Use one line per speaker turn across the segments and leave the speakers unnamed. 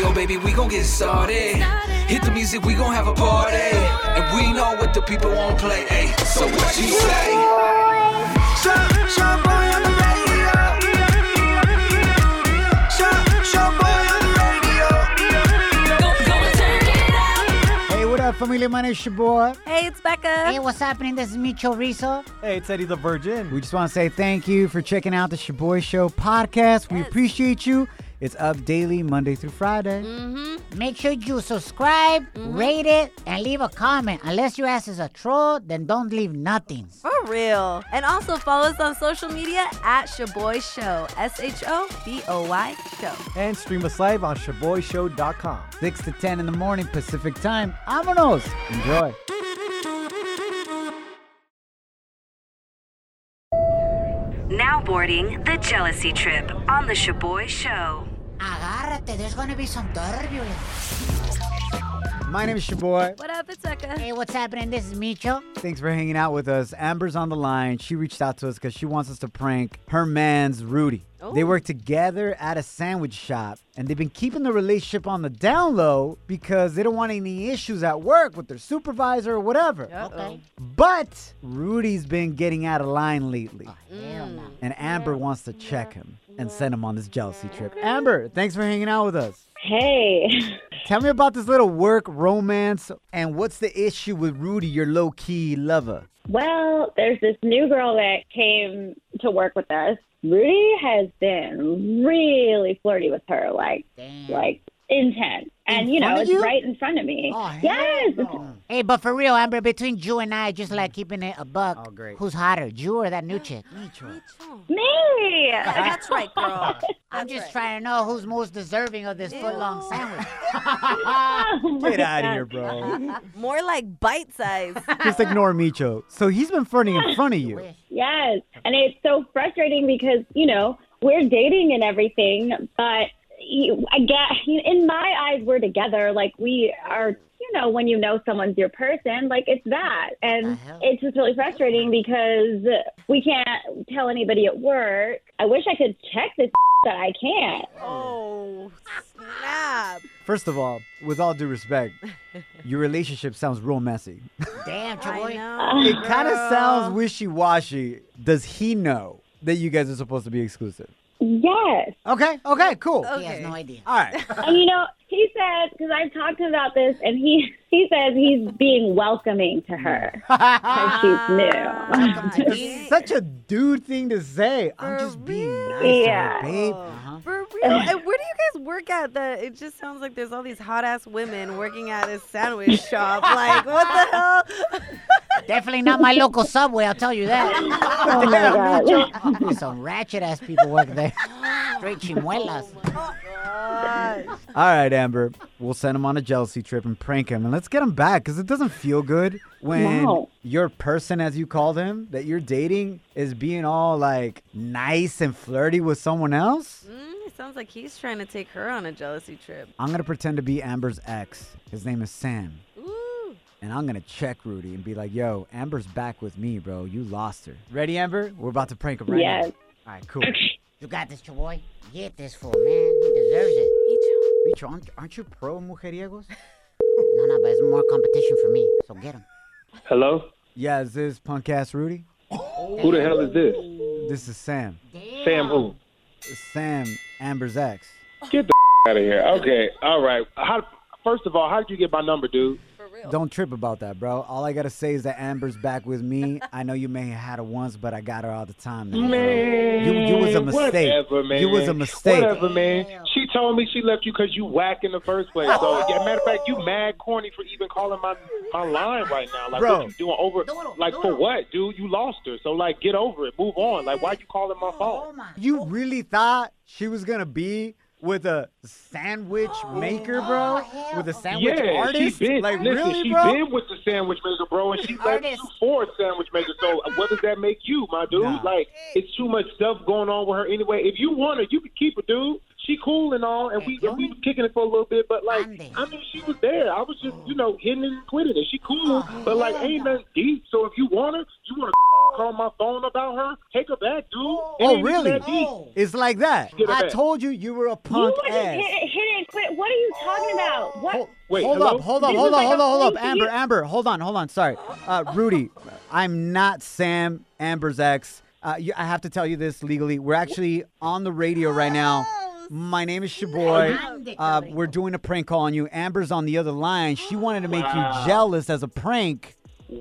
So baby, we gon' get started. Hit the music, we gon' have a party. And we know what the people won't play. Ay, so what you say?
Hey, what up, Familia Man? It's your boy.
Hey, it's Becca.
Hey, what's happening? This is Micho Rizzo.
Hey, it's Eddie the Virgin.
We just want to say thank you for checking out the Shaboy Show podcast. We appreciate you. It's up daily, Monday through Friday.
Mm-hmm. Make sure you subscribe,
Mm-hmm.
rate it, and leave a comment. Unless your ass is a troll, then don't leave nothing.
For real. And also follow us on social media at Shaboy Show. S H O B O Y Show.
And stream us live on shaboyshow.com.
6 to 10 in the morning Pacific time. Vámonos. Enjoy.
Now boarding the jealousy trip on the Shaboy Show.
Agárrate, there's gonna be some turbulence.
My name is Shaboy.
What up, it's Becca.
Hey, what's happening? This is Micho.
Thanks for hanging out with us. Amber's on the line. She reached out to us because she wants us to prank her man's Rudy. They
Oh.
work together at a sandwich shop and they've been keeping the relationship on the down low because they don't want any issues at work with their supervisor or whatever.
Okay.
But Rudy's been getting out of line lately.
Oh, Hell no.
and Amber wants to check him and send him on this jealousy trip. Amber, thanks for hanging out with us.
Hey,
Tell me about this little work romance and what's the issue with Rudy, your low key lover?
well, there's this new girl that came to work with us. Rudy has been really flirty with her, like, like intense, and you know,
front of
it's
you?
right in front of me.
Oh, hell
yes, it's-
Hey, but for real, Amber, between you and I, just like keeping it a buck,
Mm. Oh, great.
who's hotter, you or that new chick?
me.
That's right, girl.
I'm just trying to know who's most deserving of this foot long sandwich.
Get out of here, bro.
More like bite size.
Just ignore Micho. So he's been flirting in front of you.
Yes, and it's so frustrating because you know we're dating and everything, but you- I get in my eyes we're together. Like we are, you know, when you know someone's your person, like it's that, and it's just really frustrating because we can't tell anybody at work. I wish I could check this, but I can't.
oh, snap.
First of all, with all due respect, your relationship sounds real messy.
Damn,
I
Chaboy.
know.
It kind of sounds wishy washy. Does he know that you guys are supposed to be exclusive?
Yes.
Okay, okay, cool.
He has no idea.
All right.
And you know, he said because I've talked to him about this, and he he says he's being welcoming to her because she's new.
Ah,
It's such a dude thing to say. I'm
For
just being
real.
nice, to her,
Yeah.
babe.
For real. And where do you guys work at that it just sounds like there's all these hot ass women working at a sandwich shop? Like, what the hell?
Definitely not my local subway, I'll tell you that.
Oh my god.
There's some ratchet ass people work there. Straight chimuelas.
Gosh.
All right, Amber. We'll send him on a jealousy trip and prank him, and let's get him back because it doesn't feel good when
No.
your person, as you called him, that you're dating, is being all like nice and flirty with someone else.
Mm, it sounds like he's trying to take her on a jealousy trip.
I'm gonna pretend to be Amber's ex. His name is Sam.
Ooh.
And I'm gonna check Rudy and be like, yo, Amber's back with me, bro. You lost her. Ready, Amber? We're about to prank him right
Yes.
now. All right, cool.
You got this, Chaboy. Get this fool, man. He deserves it.
Bicho, aren't, aren't you pro mujeriegos?
No, no, but it's more competition for me, so get him.
Hello?
Yeah, is this punk ass Rudy?
Who the hell is this?
This is Sam.
Sam who?
Sam, Amber's ex.
Get the out of here. Okay. All right. How, first of all, how did you get my number, dude?
Don't trip about that, bro. All I gotta say is that Amber's back with me. I know you may have had her once, but I got her all the time. Now, man, you, you was a mistake.
Whatever, man.
You was a mistake.
Whatever, man. She told me she left you because you whack in the first place. So, yeah, matter of fact, you mad corny for even calling my my line right now. Like,
Bro.
what you doing over? Like, for what, dude? You lost her. So, like, get over it. Move on. Like, why you calling my phone?
You really thought she was gonna be with a sandwich maker, bro? With a sandwich
yeah,
artist?
she been
like
listen,
really,
she
bro?
been with the sandwich maker, bro, and she left you
Artist.
for a sandwich maker. So uh, what does that make you, my dude?
Nah.
Like it's too much stuff going on with her anyway. If you want her, you can keep her, dude. she cool and all, and we and we were kicking it for a little bit, but like
Andy.
I mean, she was there. I was just you know hitting it and quitting it. She cool,
Oh,
but like ain't nothing deep. So if you want her, you want to call my phone about her, take her back, dude. Oh,
really? Oh. It's like that.
Get it
I
back.
told you you were a
You
punk
wouldn't
ass.
hit it, hit it and quit. What are you talking about? What?
Hol-
Wait,
hold
hello?
up, hold up,
This
hold
is
up,
like
hold
a E?
up, hold up.
fluke.
Amber,
You-
Amber, hold on, hold on. Sorry. Uh, Rudy, I'm not Sam, Amber's ex. Uh, you, I have to tell you this legally. We're actually on the radio right now. My name is Shaboy. Uh, we're doing a prank call on you. Amber's on the other line. She wanted to make you jealous as a prank.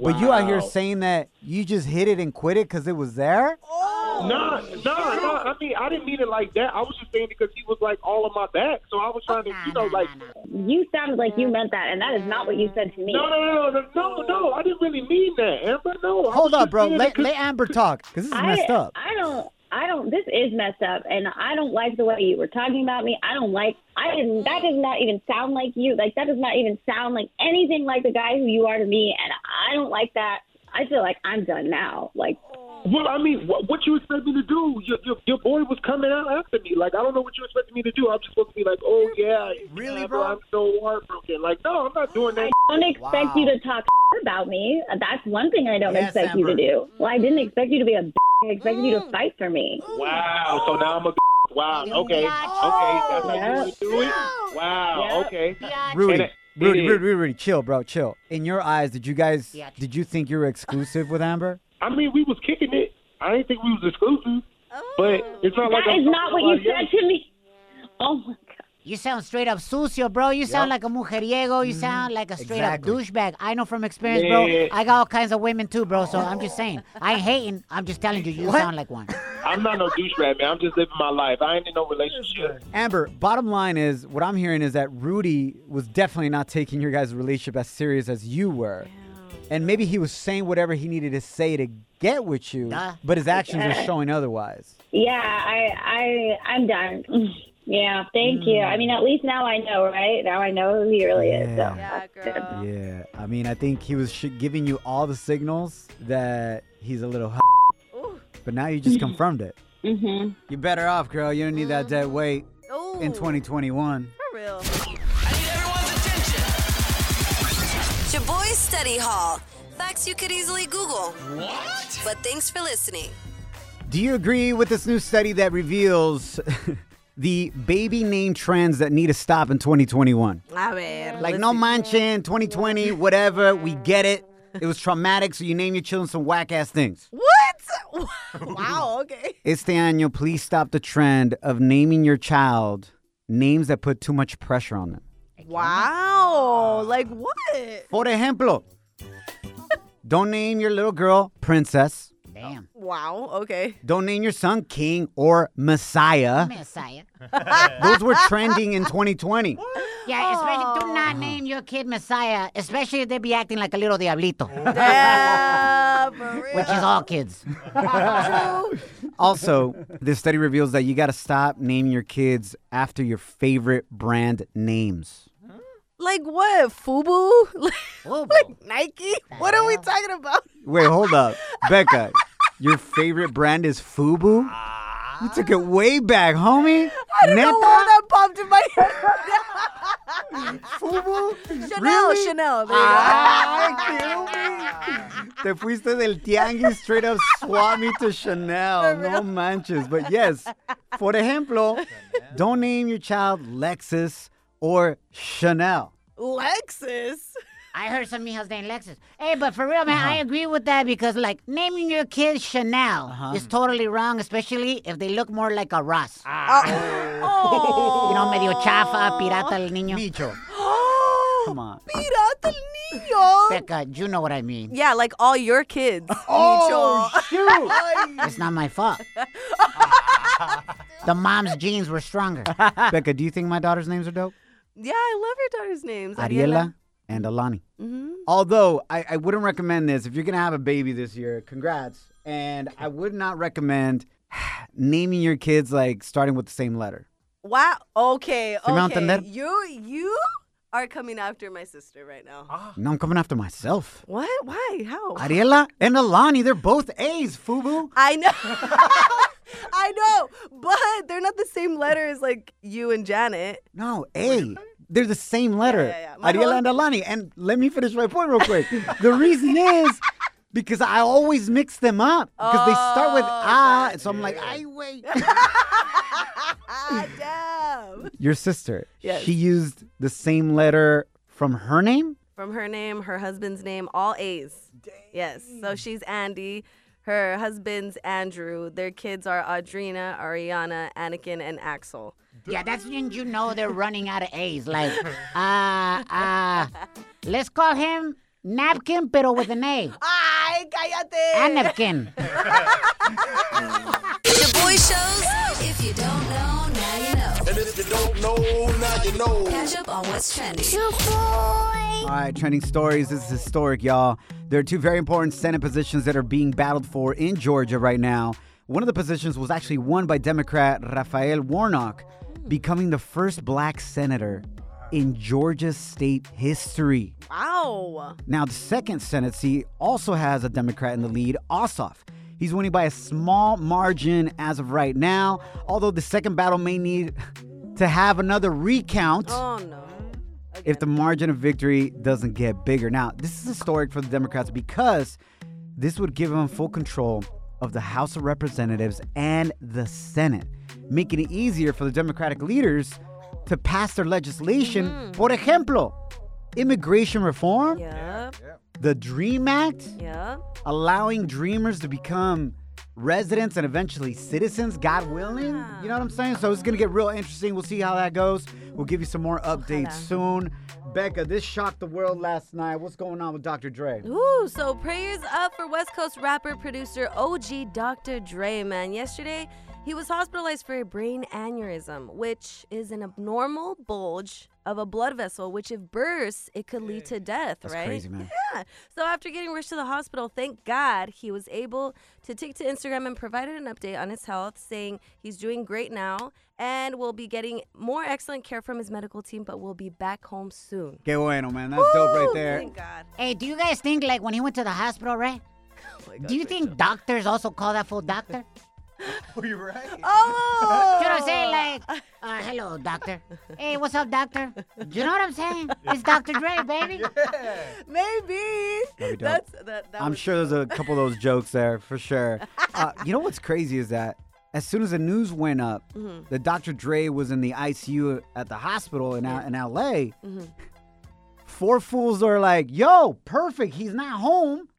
But you out here
Wow.
saying that you just hit it and quit it because it was there?
Nah, nah, nah. I mean, I didn't mean it like that. I was just saying because he was like all on my back, so I was trying to, you know, like,
You sounded like you meant that, and that is not what you said to me.
no, no, no, no, no, no. I didn't really mean that, Amber. No. I was
Hold up,
just
bro.
saying
Let,
because-
let Amber talk because this is
I,
messed up.
I don't. I don't. This is messed up, and I don't like the way you were talking about me. I don't like. I didn't. That does not even sound like you. Like that does not even sound like anything like the guy who you are to me, and I don't like that. I feel like I'm done now. Like
Well, I mean, what, what you expect me to do? Your, your, your boy was coming out after me. Like, I don't know what you expected me to do. I'm just supposed to be like, oh, yeah.
Really,
Amber,
bro?
I'm so heartbroken. Like, no, I'm not doing that.
I don't expect you to talk about me. That's one thing I don't
Yes,
expect you to
Amber. Mm.
do. Well, I didn't expect you to be a. B- I expected you to fight for me.
Wow. So now I'm a. Wow. Okay. Okay. That's how you would do it? Wow. Okay.
Rudy,
It-
Rudy,
it is.
Rudy, Rudy, Rudy, chill, bro, chill. In your eyes, did you guys,
Yeah.
did you think you were exclusive with Amber?
I mean, we was kicking it. I didn't think we was exclusive. But
Oh.
it's not like
That
I'm
is not what you
somebody else.
said to me. Oh my god.
You sound straight up sucio, bro. You sound like a mujeriego. You sound like a straight
Exactly.
up douchebag. I know from experience, bro.
Yeah.
I got all kinds of women too, bro. So I'm just saying. I ain't hating. I'm just telling you, you sound like one.
I'm not no douchebag, man. I'm just living my life. I ain't in no relationship.
Amber, bottom line is what I'm hearing is that Rudy was definitely not taking your guys' relationship as serious as you were. And maybe he was saying whatever he needed to say to get with you,
Duh.
but his actions are showing otherwise.
Yeah, I, I, I'm done. Yeah, thank you.
Mm.
I mean, at least now I know, right? Now I know who he really is. So.
Yeah,
Uh.
girl.
Yeah, I mean, I think he was sh- giving you all the signals that he's a little, h-
Ooh.
but now you just confirmed it.
Mm-hmm.
You're better off, girl. You don't need
Uh.
that dead weight
Ooh.
in 2021.
For real.
Shaboy Study Hall. Facts you could easily Google. What? But thanks for listening.
Do you agree with this new study that reveals the baby name trends that need to stop in 2021?
I mean,
Like, no manchin, 2020, whatever, we get it. It was traumatic, so you name your children some whack ass things.
what? wow. Okay.
Este año, please stop the trend of naming your child names that put too much pressure on them.
Wow. Like what?
For ejemplo, don't name your little girl Princess.
Damn.
Wow. Okay.
Don't name your son King or Messiah.
Messiah.
Those were trending in 2020.
Yeah, especially do not name your kid Messiah, especially if they be acting like a little diablito,
Yeah. For real.
which is all kids.
Also, this study reveals that you got to stop naming your kids after your favorite brand names.
Like what? Fubu? Like,
Fubu.
like Nike? What are we talking about?
Wait, hold up. Becca, your favorite brand is Fubu? You took it way back, homie.
I don't know why that popped in my head.
Fubu?
Chanel,
Really?
Chanel. There you go.
Ay, qué hombre. Te fuiste del tianguis straight up swap me to Chanel. No manches. But yes, for ejemplo, don't name your child Lexus or Chanel.
Lexus.
I heard some mijas named Lexus. Hey, but for real, man, I agree with that because, like, naming your kid Chanel is totally wrong, especially if they look more like a Ross.
Ah.
Oh.
You know, medio chafa, pirata el niño.
Micho. Come on.
Pirata el niño.
Becca, you know what I mean.
Yeah, like all your kids.
Oh, shoot.
It's not my fault. the mom's genes were stronger.
Becca, do you think my daughter's names are dope?
Yeah, I love your daughter's names.
Ariela and Alani.
hmm
Although I, I wouldn't recommend this. If you're gonna have a baby this year, congrats. And I would not recommend naming your kids like starting with the same letter.
Wow. Okay.
me va a
Okay.
entender?
You you are coming after my sister right now.
No, I'm coming after myself.
What? Why? How?
Ariela and Alani, they're both A's, Fubu.
I know. I know, but they're not the same letter as like you and Janet.
No, A. They're the same letter.
yeah, yeah. My
Ariela
whole-
and Alani. And let me finish my point real quick. the reason is because I always mix them up because they start with
Oh,
ah, so I'm like, I wait.
Ah, damn.
Your sister.
Yes.
She used the same letter from her name.
From her name, her husband's name, all A's. Yes. So she's Andy. Her husband's Andrew. Their kids are Audrina, Ariana, Anakin, and Axel.
Yeah, that's when you know they're running out of A's. Like, uh, uh, let's call him Napkin, pero with an A.
Ay, cállate.
And napkin.
The boy shows. If you don't know, now you know.
And if you don't know, now you know.
Catch up on what's trendy.
All right, trending stories. This is historic, y'all. There are two very important Senate positions that are being battled for in Georgia right now. One of the positions was actually won by Democrat Raphael Warnock, becoming the first black senator in Georgia's state history.
Wow.
Now, the second Senate seat also has a Democrat in the lead, Ossoff. He's winning by a small margin as of right now, although the second battle may need to have another recount
Oh no.
if the margin of victory doesn't get bigger. Now, this is historic for the Democrats because this would give them full control of the House of Representatives and the Senate, making it easier for the Democratic leaders to pass their legislation. For ejemplo, immigration reform,
Yep.
the DREAM Act,
Yep.
allowing dreamers to become residents and eventually citizens, God willing. You know what I'm saying? So it's gonna get real interesting. We'll see how that goes. We'll give you some more updates soon. Becca, this shocked the world last night. What's going on with Dr. Dre?
Ooh, so prayers up for West Coast rapper producer OG Dr. Dre, man. Yesterday, he was hospitalized for a brain aneurysm, which is an abnormal bulge of a blood vessel, which if bursts, it could lead to death,
That's
right?
crazy, man.
Yeah. So after getting rushed to the hospital, thank God he was able to take to Instagram and provided an update on his health, saying he's doing great now and will be getting more excellent care from his medical team, but will be back home soon.
Que bueno, man. That's dope right
Ooh,
there.
Thank God.
hey, do you guys think, like, when he went to the hospital, right? do you think doctors also call that fool doctor?
Oh!
You know what I'm saying? Like, uh, hello, doctor. Hey, what's up, doctor? You know what I'm saying? It's Dr. Dre, baby.
Maybe.
That'd be dope.
That's that. that
I'm
would-
sure there's a couple of those jokes there for sure. Uh, you know what's crazy is that as soon as the news went up that Dr. Dre was in the ICU at the hospital in, L- in LA, four fools are like, yo, perfect. He's not home.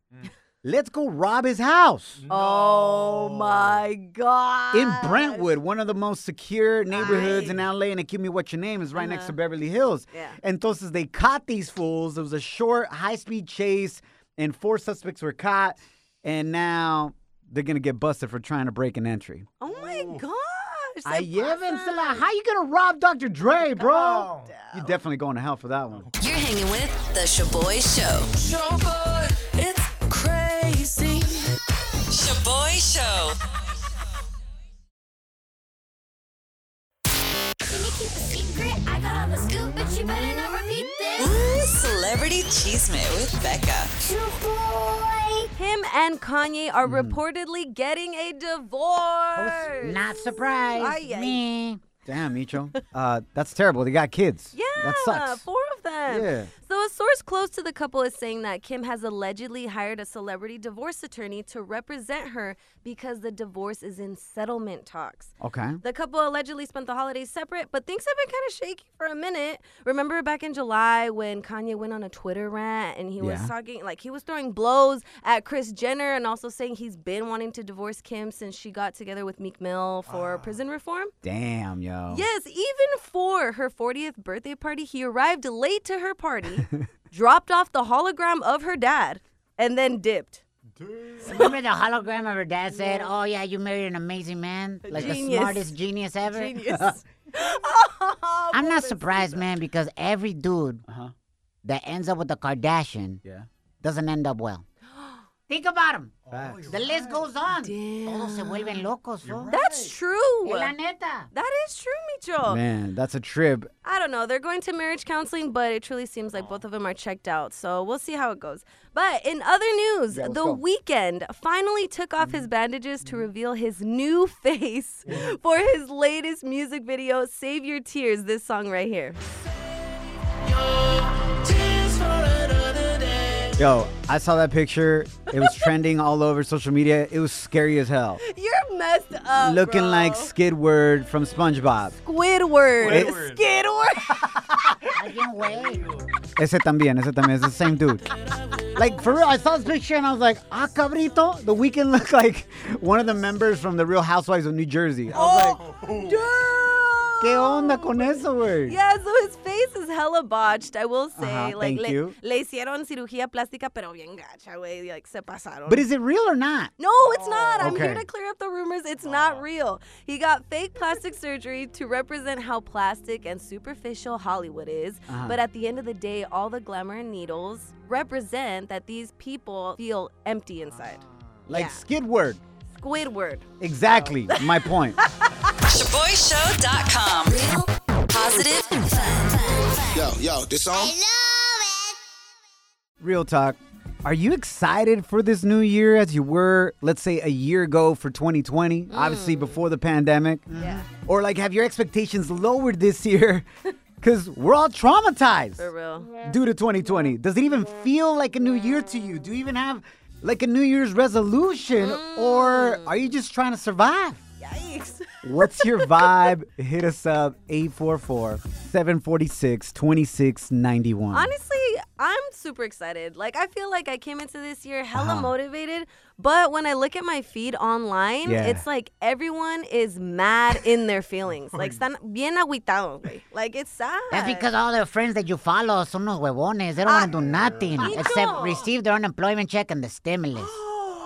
Let's go rob his house.
Oh my god.
In Brentwood, one of the most secure neighborhoods in LA, and it give me what your name is right next to Beverly Hills.
Uh-huh. Yeah.
Entonces they caught these fools. It was a short, high speed chase, and four suspects were caught, and now they're gonna get busted for trying to break an entry.
Oh my gosh.
I
se pasan.
how you gonna rob Dr. Dre, bro? You're definitely going to hell for that one.
You're hanging with The Shaboy Show. Shaboy, it's crazy. Shaboy Show. Ooh, Celebrity Cheesemate with Becca.
Him and Kanye
Hmm.
are reportedly getting a divorce.
Not surprised.
Ay, ay.
Me.
Damn, Micho. uh, that's terrible. They got kids.
Yeah,
That sucks.
four of them.
Yeah.
So a source close to the couple is saying that Kim has allegedly hired a celebrity divorce attorney to represent her because the divorce is in settlement talks.
Okay.
The couple allegedly spent the holidays separate, but things have been kind of shaky for a minute. Remember back in July when Kanye went on a Twitter rant and he
Yeah.
was talking, like, he was throwing blows at Chris Jenner and also saying he's been wanting to divorce Kim since she got together with Meek Mill for prison reform?
Damn, yo.
Yes, even for her 40th birthday party, he arrived late to her party, dropped off the hologram of her dad, and then dipped.
Remember the hologram of her dad said, Oh, yeah, you married an amazing man? Like the
Genius.
smartest genius ever?
Genius.
I'm not surprised, man, because every dude that ends up with a Kardashian
Yeah.
doesn't end up well. Think about him.
Facts.
The list goes on. Todos se vuelven locos, fool.
That's true.
Eh, La neta.
That is true, Micho.
Man, that's a trip.
I I don't know. They're going to marriage counseling, but it truly seems like both of them are checked out. So we'll see how it goes. But in other news, The Weeknd finally took off his bandages to reveal his new face
Mm.
for his latest music video, Save Your Tears, this song right here.
Yo, I saw that picture. It was trending all over social media. It was scary as hell.
You're messed up.
Looking
bro.
like Skidward from SpongeBob.
Squidward.
Squidward.
Skidward.
Alguien, güey.
Ese también, ese también. It's the same dude. Like, for real, I saw this picture and I was like, ah, cabrito. The weekend looked like one of the members from the Real Housewives of New Jersey. I
Oh,
was like,
Dude.
¿qué onda con eso, güey?
Yeah, so his face is hella botched, I will say.
Uh-huh,
like
thank
le,
you.
le hicieron cirugía plástica, pero bien gacha, güey. Like se pasaron.
But is it real or not?
no, it's not. I'm here
Okay.
to clear up the rumors. It's not real. He got fake plastic surgery to represent how plastic and superficial Hollywood is. But at the end of the day, all the glamour and needles represent that these people feel empty inside.
Like
Yeah. Oh.
Skidward.
Squidward.
Exactly. My point.
ShaboyShow.com. Real, positive, and fun.
Yo, yo, this song?
Real talk. Are you excited for this new year as you were, let's say, a year ago for 2020? Obviously, before the pandemic. Yeah. Or, like, have your expectations lowered this year? Because we're all traumatized
For real.
due to 2020. Does it even feel like a new year to you? Do you even have, like, a New Year's resolution? Or are you just trying to survive?
Yikes.
What's your vibe? Hit us up 844 746 2691.
Honestly, I'm super excited. Like, I feel like I came into this year hella motivated, but when I look at my feed online,
Yeah. Oh
it's like everyone is mad in their feelings. like, están bien agüitados, güey. Like, it's sad. Ah,
That's because all their friends that you follow son unos huevones. They don't want to do
Ah.
nothing
Mijo.
except receive their unemployment check and the stimulus.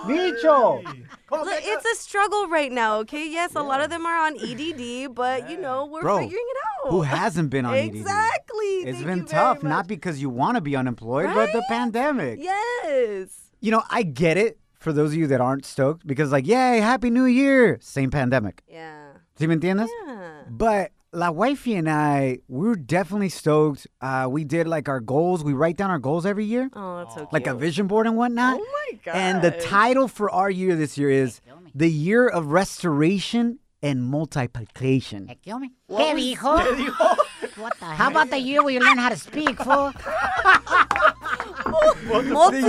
Micho!
Look, it's
uh,
a struggle right now, okay? Yes, a lot of them are on EDD, but you know, we're
Bro,
figuring it out.
Who hasn't been on EDD?
Exactly.
It's
Thank
been
you very
tough, not
much.
because you want to be unemployed, but the
Right?
pandemic.
Yes.
You know, I get it for those of you that aren't stoked because, like, yay, happy new year. Same pandemic.
Yeah. Oh,
¿Sí me entiendes?
Yeah.
But La Wifey and I, we were definitely stoked. Uh, we did like our goals. We write down our goals every year,
Oh, that's okay.
like a vision board and whatnot.
Oh my god.
And the title for our year this year is The Year of Restoration and Multiplication.
Eh, ¿Qué, hombre? ¿Qué dijo? What the How about the year where you learn how to speak, fool?
Multi-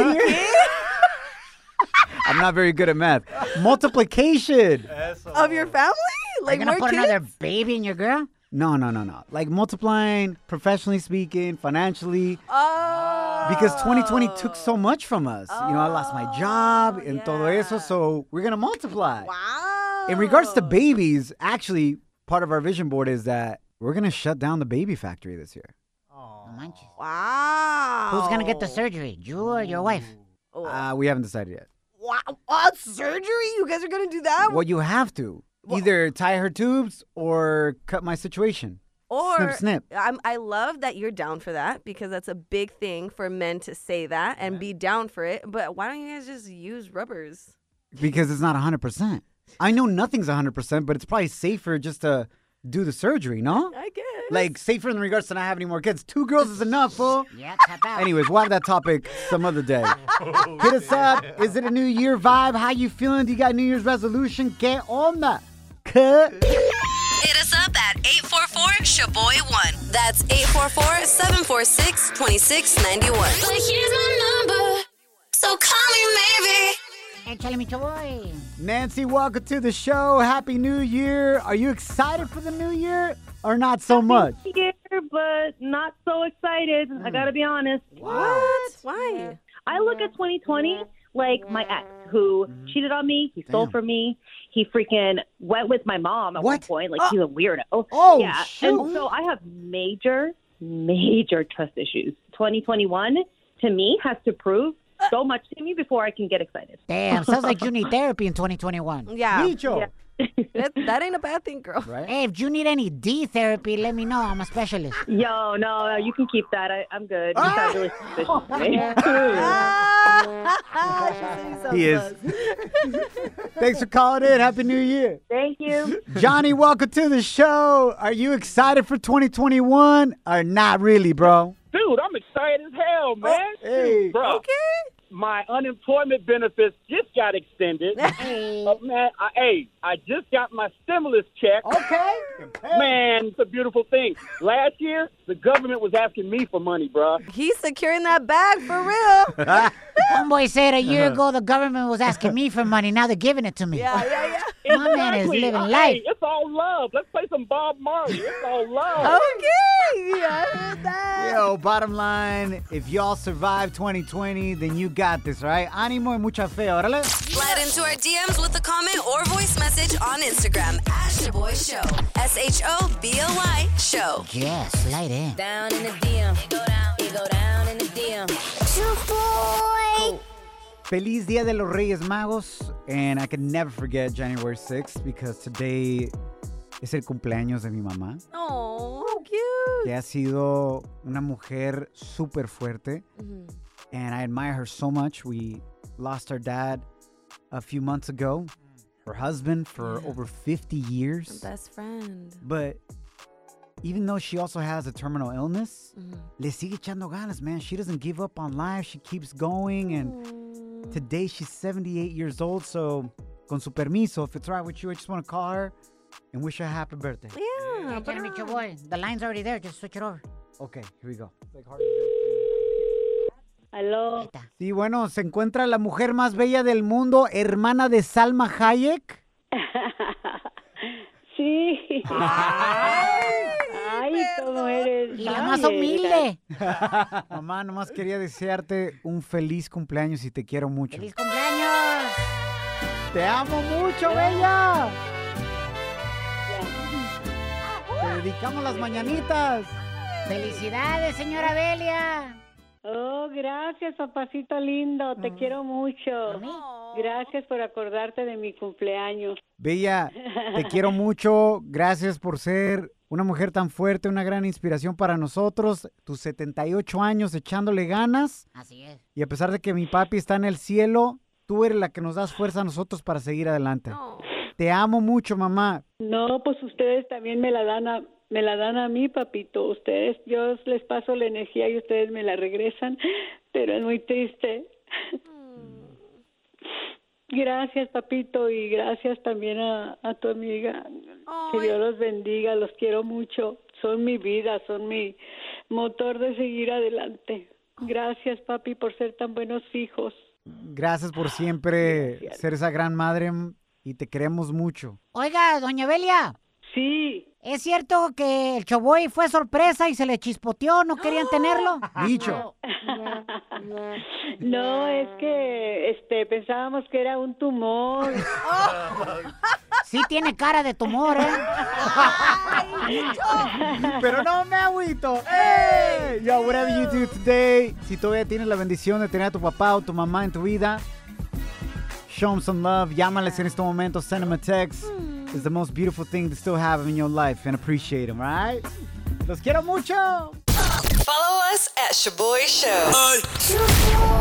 I'm not very good at math. Multiplication.
of your family?
Are
Like,
you gonna
more
put
kids?
another baby in your girl?
No, no, no, no. Like multiplying, professionally speaking, financially,
Oh.
because 2020 took so much from us. you know, I lost my job and todo eso, so we're going to multiply.
Wow.
In regards to babies, actually, part of our vision board is that we're going to shut down the baby factory this year.
No manches.
Wow.
Who's gonna get the surgery? You or your wife?
Oh.
Uh, we haven't decided yet.
Wow. Oh, surgery? You guys are going to do that?
Well, you have to. Either tie her tubes or cut my situation.
or
snip, snip.
I'm, I love that you're down for that because that's a big thing for men to say that and be down for it. But why don't you guys just use rubbers?
because it's not 100%. I know nothing's 100%, but it's probably safer just to do the surgery, no?
I guess.
Like, safer in regards to not having any more kids. Two girls is enough, fool.
Yeah, tap out.
Anyways, we'll have that topic some other day. Hit us up. Is it a new year vibe? How you feeling? Do you got New Year's resolution? Que onda? Que-
Hit us up at 844-SHABOY1.
That's 844 746 2691.
But here's my number, so call me maybe.
Échale, mi chavoy.
Nancy, welcome to the show. Happy New Year. Are you excited for the new year or not so much?
Here, but not so excited. I gotta be honest.
What? Why?
I look at 2020 like my ex who cheated on me. He stole from me. He freaking went with my mom at one
What?
point. Like he's a weirdo.
Oh,
yeah.
shoot.
And so I have major, major trust issues. 2021 to me has to prove so much to me before I can get excited.
Damn, sounds like you need therapy in 2021.
Yeah.
Micho,
That, that ain't a bad thing, girl.
right?
Hey, if you need any D therapy, let me know. I'm a specialist.
Yo, no, no, you can keep that. I, I'm good. You sound really suspicious to me.
He is. Thanks for calling in. Happy New Year.
Thank you.
Johnny, welcome to the show. Are you excited for 2021 or not really, bro?
Dude, I'm excited as
Oh,
hell, man.
hey.
Bro, my unemployment benefits just got extended. Uh, man, I, hey, I just got my stimulus check.
Okay.
Man, it's a beautiful thing. Last year, the government was asking me for money, bruh.
He's securing that bag for real.
Homeboy said a year ago the government was asking me for money. Now they're giving it to me.
Yeah, yeah, yeah.
My man is living life.
uh, It's all love. Let's play some Bob Marley. It's all
Oh,
love.
Okay. Yeah, I heard that.
Yo, bottom line, if y'all survive 2020, then you got this, right? Animo y mucha fe, órale.
Slide into our DMs with a comment or voice message on Instagram at Shaboy Show. S H O B O Y Show.
Yes, slide in.
Down in the DM. It go down. It go down in the DM.
Feliz Dia de los Reyes Magos. And I can never forget January 6th because today es el cumpleaños de mi mamá.
Oh, how cute.
que ha sido una mujer súper fuerte. And I admire her so much. We lost our dad a few months ago, her husband for over 50 years.
Best friend.
But even though she also has a terminal illness, le sigue echando ganas, man. She doesn't give up on life. She keeps going. And today she's 78 years old. So, con su permiso, if it's all right with you, I just want to call her and wish her a happy birthday.
Yeah.
Hey, Jeremy, your boy. The line's already there. Just switch it over.
Okay, here we go.
Hello.
Sí, bueno, se encuentra la mujer más bella del mundo, hermana de Salma Hayek.
Sí. Ay, cómo eres.
Y la más
Ay,
humilde.
Mamá, nomás quería desearte un feliz cumpleaños y te quiero mucho.
¡Feliz cumpleaños!
¡Te amo mucho, bella! Te dedicamos las mañanitas.
¡Felicidades, señora Belia!
Oh, gracias, papacito lindo. Te quiero mucho. Gracias por acordarte de mi cumpleaños.
Bella, te quiero mucho. Gracias por ser una mujer tan fuerte, una gran inspiración para nosotros. Tus 78 años echándole ganas.
Así es.
Y a pesar de que mi papi está en el cielo, tú eres la que nos das fuerza a nosotros para seguir adelante. Te amo mucho, mamá.
No, pues ustedes también me la dan a me la dan a mí, papito. Ustedes, yo les paso la energía y ustedes me la regresan, pero es muy triste. Gracias, papito, y gracias también a, a tu amiga. Que Dios los bendiga, los quiero mucho. Son mi vida, son mi motor de seguir adelante. Gracias, papi, por ser tan buenos hijos.
Gracias por siempre ser esa gran madre m- y te queremos mucho.
Oiga, doña Belia,
Sí,
¿es cierto que el Choboy fue sorpresa y se le chispoteó? ¿No querían tenerlo?
Dicho.
no, es que este pensábamos que era un tumor.
Sí tiene cara de tumor, ¿eh?
Pero no me agüito. ¡Ey! Yo, whatever you do today, si todavía tienes la bendición de tener a tu papá o tu mamá en tu vida, show them some love. Llámales en este momento. Send them a text. It's the most beautiful thing to still have in your life and appreciate them, right? Los quiero mucho.
Follow us at Shaboy Show.